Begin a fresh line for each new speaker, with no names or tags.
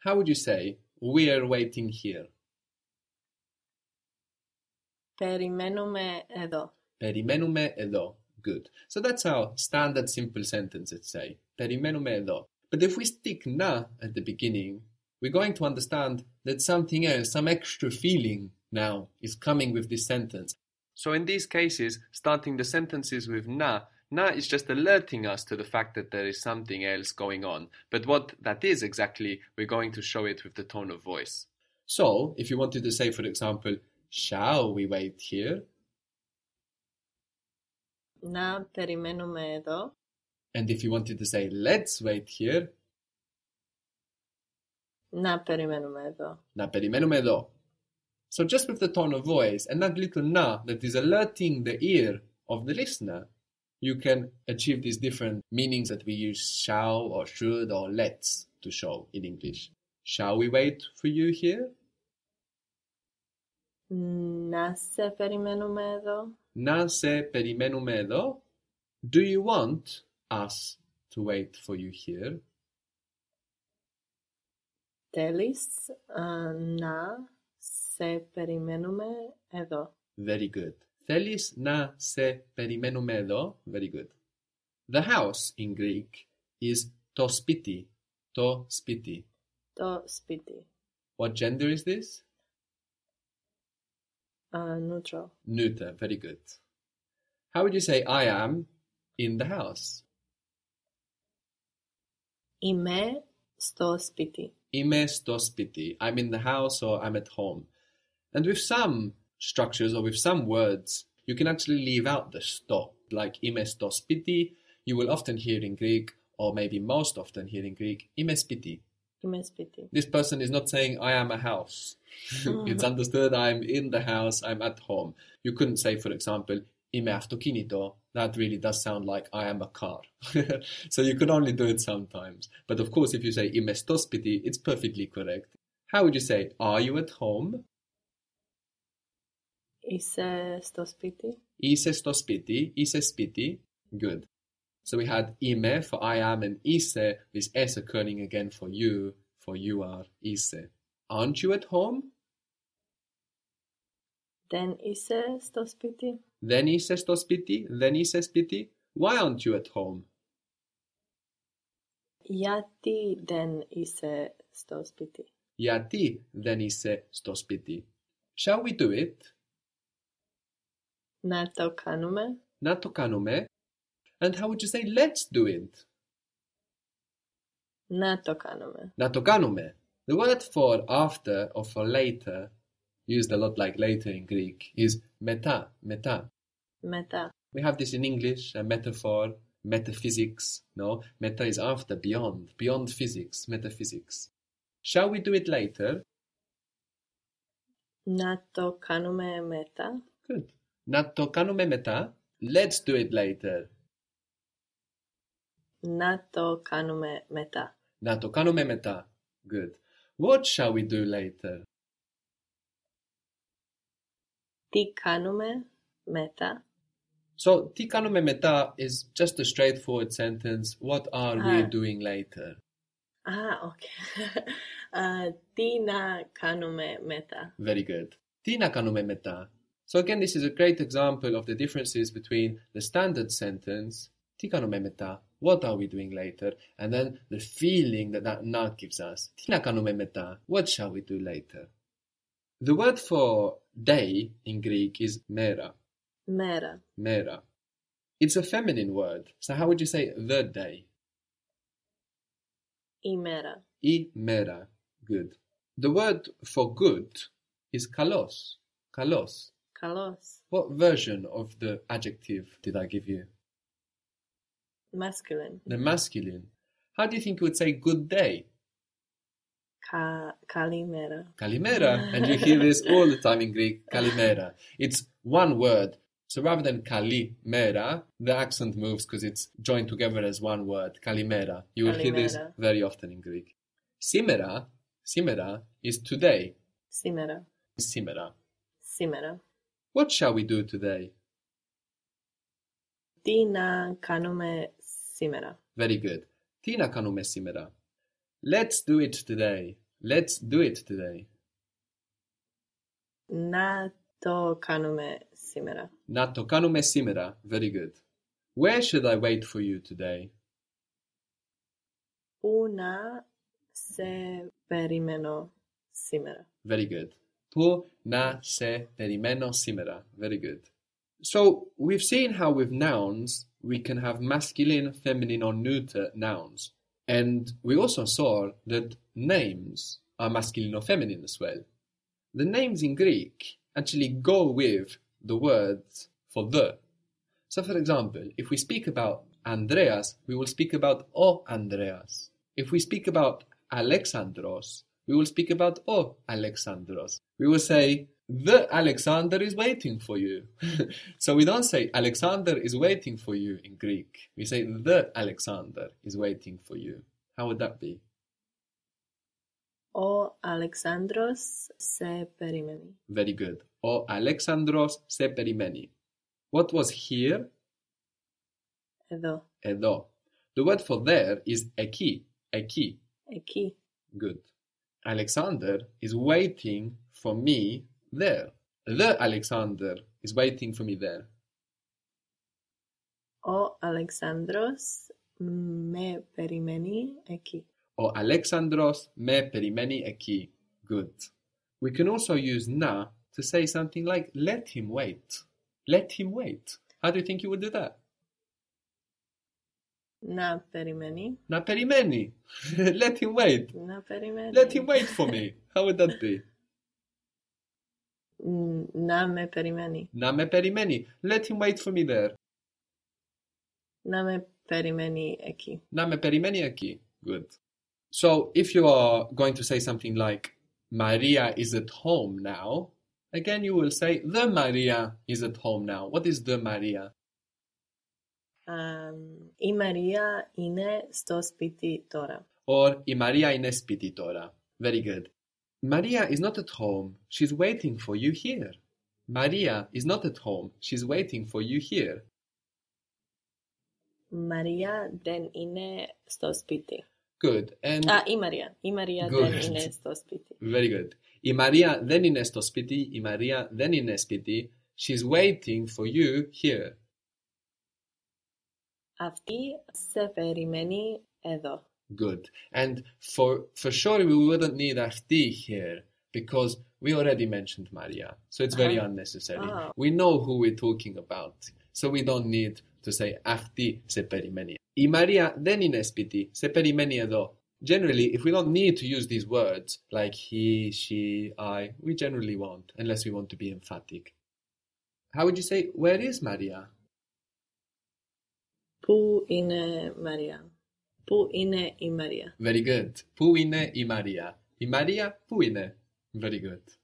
How would you say "We're waiting here"?
Περιμένουμε εδώ.
Περιμένουμε εδώ. Good. So that's our standard simple sentence, let's say. Περιμένουμε εδώ. But if we stick na at the beginning, we're going to understand that something else, some extra feeling now is coming with this sentence. So in these cases, starting the sentences with na, na is just alerting us to the fact that there is something else going on. But what that is exactly, we're going to show it with the tone of voice. So if you wanted to say, for example, shall we wait here?
Να περιμένουμε εδώ.
And if you wanted to say, let's wait here,
Να περιμένουμε εδώ.
να περιμένουμε εδώ. So just with the tone of voice and that little na that is alerting the ear of the listener, you can achieve these different meanings that we use shall or should or let's to show in English. Shall we wait for you here?
Να σε περιμένουμε εδώ.
Na se perimenume edo. Do you want us to wait for you here?
Τέλης, α, να σε περιμένουμε εδώ.
Very good. Thelis na se perimenume edo. Very good. The house in Greek is to spiti. To spiti.
Το σπίτι.
What gender is this?
Α, Νούτρο.
Neuter. Very good. How would you say I am in the house?
Είμαι στο σπίτι.
Ime sto spiti. I'm in the house or I'm at home. And with some structures or with some words, you can actually leave out the sto. Like ime sto spiti, you will often hear in Greek, or maybe most often hear in Greek, ime spiti.
Είμαι σπίτι.
This person is not saying I am a house. it's understood I'm in the house, I'm at home. You couldn't say, for example, ime autokinito. That really does sound like I am a car. so you can only do it sometimes. But of course, if you say ime sto spiti, it's perfectly correct. How would you say, are you at home?
Είσαι στο σπίτι.
Ise sto spiti, ise spiti. Good. So we had ime for I am and ise, this s occurring again for you, for you are, ise. Aren't you at home?
Δεν είσαι στο σπίτι.
Δεν είσαι στο σπίτι, δεν είσαι σπίτι. Why aren't you at home?
Γιατί δεν είσαι στο σπίτι.
Γιατί δεν είσαι στο σπίτι. Shall we do it?
Να το κάνουμε.
Να το κάνουμε. And how would you say let's do it?
Να το κάνουμε.
Να το κάνουμε. The word for after or for later, used a lot like later in Greek, is meta, meta.
Μετά.
We have this in English, a metaphor, metaphysics. No, meta is after, beyond, beyond physics, metaphysics. Shall we do it later?
Να το κάνουμε μετά.
Good. Να το κάνουμε μετά. Let's do it later.
Να το κάνουμε μετά.
Να το κάνουμε μετά. Good. What shall we do later?
Τι κάνουμε μετά.
So, τι κάνουμε μετά is just a straightforward sentence. What are we
Α.
doing later?
Α, οκ. Α, Τι να κάνουμε μετά.
Very good. Τι να κάνουμε μετά? So again, this is a great example of the differences between the standard sentence, τι κάνουμε μετά, what are we doing later, and then the feeling that that now gives us, τι να κάνουμε μετά, what shall we do later. The word for day in Greek is mera,
Μέρα.
mera. It's a feminine word, so how would you say the day?
Ημέρα.
Η mera, good. The word for good is kalos, kalos.
Καλός.
What version of the adjective did I give you?
Masculine.
The masculine. How do you think you would say good day?
Κα, καλημέρα.
Kalimera. And you hear this all the time in Greek, kalimera. It's one word. So rather than kalimera, the accent moves because it's joined together as one word, kalimera. You will hear this
Kalimera.
very often in Greek. Simera, simera is today.
Σήμερα.
Simera.
Σήμερα.
What shall we do today?
Τι να κάνουμε σήμερα.
Very good. Τι να κάνουμε σήμερα? Let's do it today. Let's do it today.
Να το κάνουμε σήμερα.
Να το κάνουμε σήμερα. Very good. Where should I wait for you today?
Πού να σε περιμένω σήμερα.
Very good. Πού να σε περιμένω σήμερα. Very good. So we've seen how with nouns we can have masculine, feminine, or neuter nouns, and we also saw that names are masculine or feminine as well. The names in Greek actually go with the words for the. So, for example, if we speak about Andreas, we will speak about o Andreas. If we speak about Alexandros, we will speak about o Alexandros. We will say the Alexander is waiting for you. so we don't say Alexander is waiting for you in Greek. We say the Alexander is waiting for you. How would that be?
Ο Αλεξάνδρος σε περιμένει.
Very good. O Alexandros se perimeni. What was here?
Εδώ,
Edo. The word for there is eki. Eki.
εκεί.
Good. Alexander is waiting for me there. The Alexander is waiting for me there.
Ο Αλεξάνδρος με περιμένει εκεί.
O Alexandros me perimeni eki. Good. We can also use na to say something like let him wait. Let him wait. How do you think you would do that?
Να περιμένει,
Na perimeni. let him wait.
να περιμένει.
Let him wait for me. How would that be?
Μ, Να με περιμένει.
Na me perimeni. Let him wait for me there.
Να με περιμένει εκεί.
Na me perimeni aquí. Good. So if you are going to say something like Maria is at home now, again you will say the Maria is at home now. What is the Maria?
Α, η Μαρία είναι στο σπίτι τώρα.
Or I Maria in spiti tora. Very good. Maria is not at home. She's waiting for you here. Maria is not at home. She's waiting for you here.
Μαρία δεν είναι στο σπίτι.
Good. And
Α, η Μαρία. Η Μαρία δεν
Good.
είναι στο σπίτι.
Very good. I Maria δεν είναι στο σπίτι. Η Μαρία δεν είναι σπίτι. She's waiting for you here.
Αυτή σε περιμένει εδώ.
Good. And for for sure we wouldn't need αυτή here because we already mentioned Maria. So it's very
Uh-huh.
unnecessary.
Oh.
We know who we're talking about. So we don't need to say αυτή σε περιμένει. Η Maria δεν είναι σπίτι. Σε περιμένει εδώ. Generally, if we don't need to use these words like he, she, I, we generally won't, unless we want to be emphatic. How would you say, where is Maria?
Πού είναι Μαρία. Πού είναι η Μαρία.
Very good. Πού είναι η Μαρία? Η Μαρία πού είναι? Very good.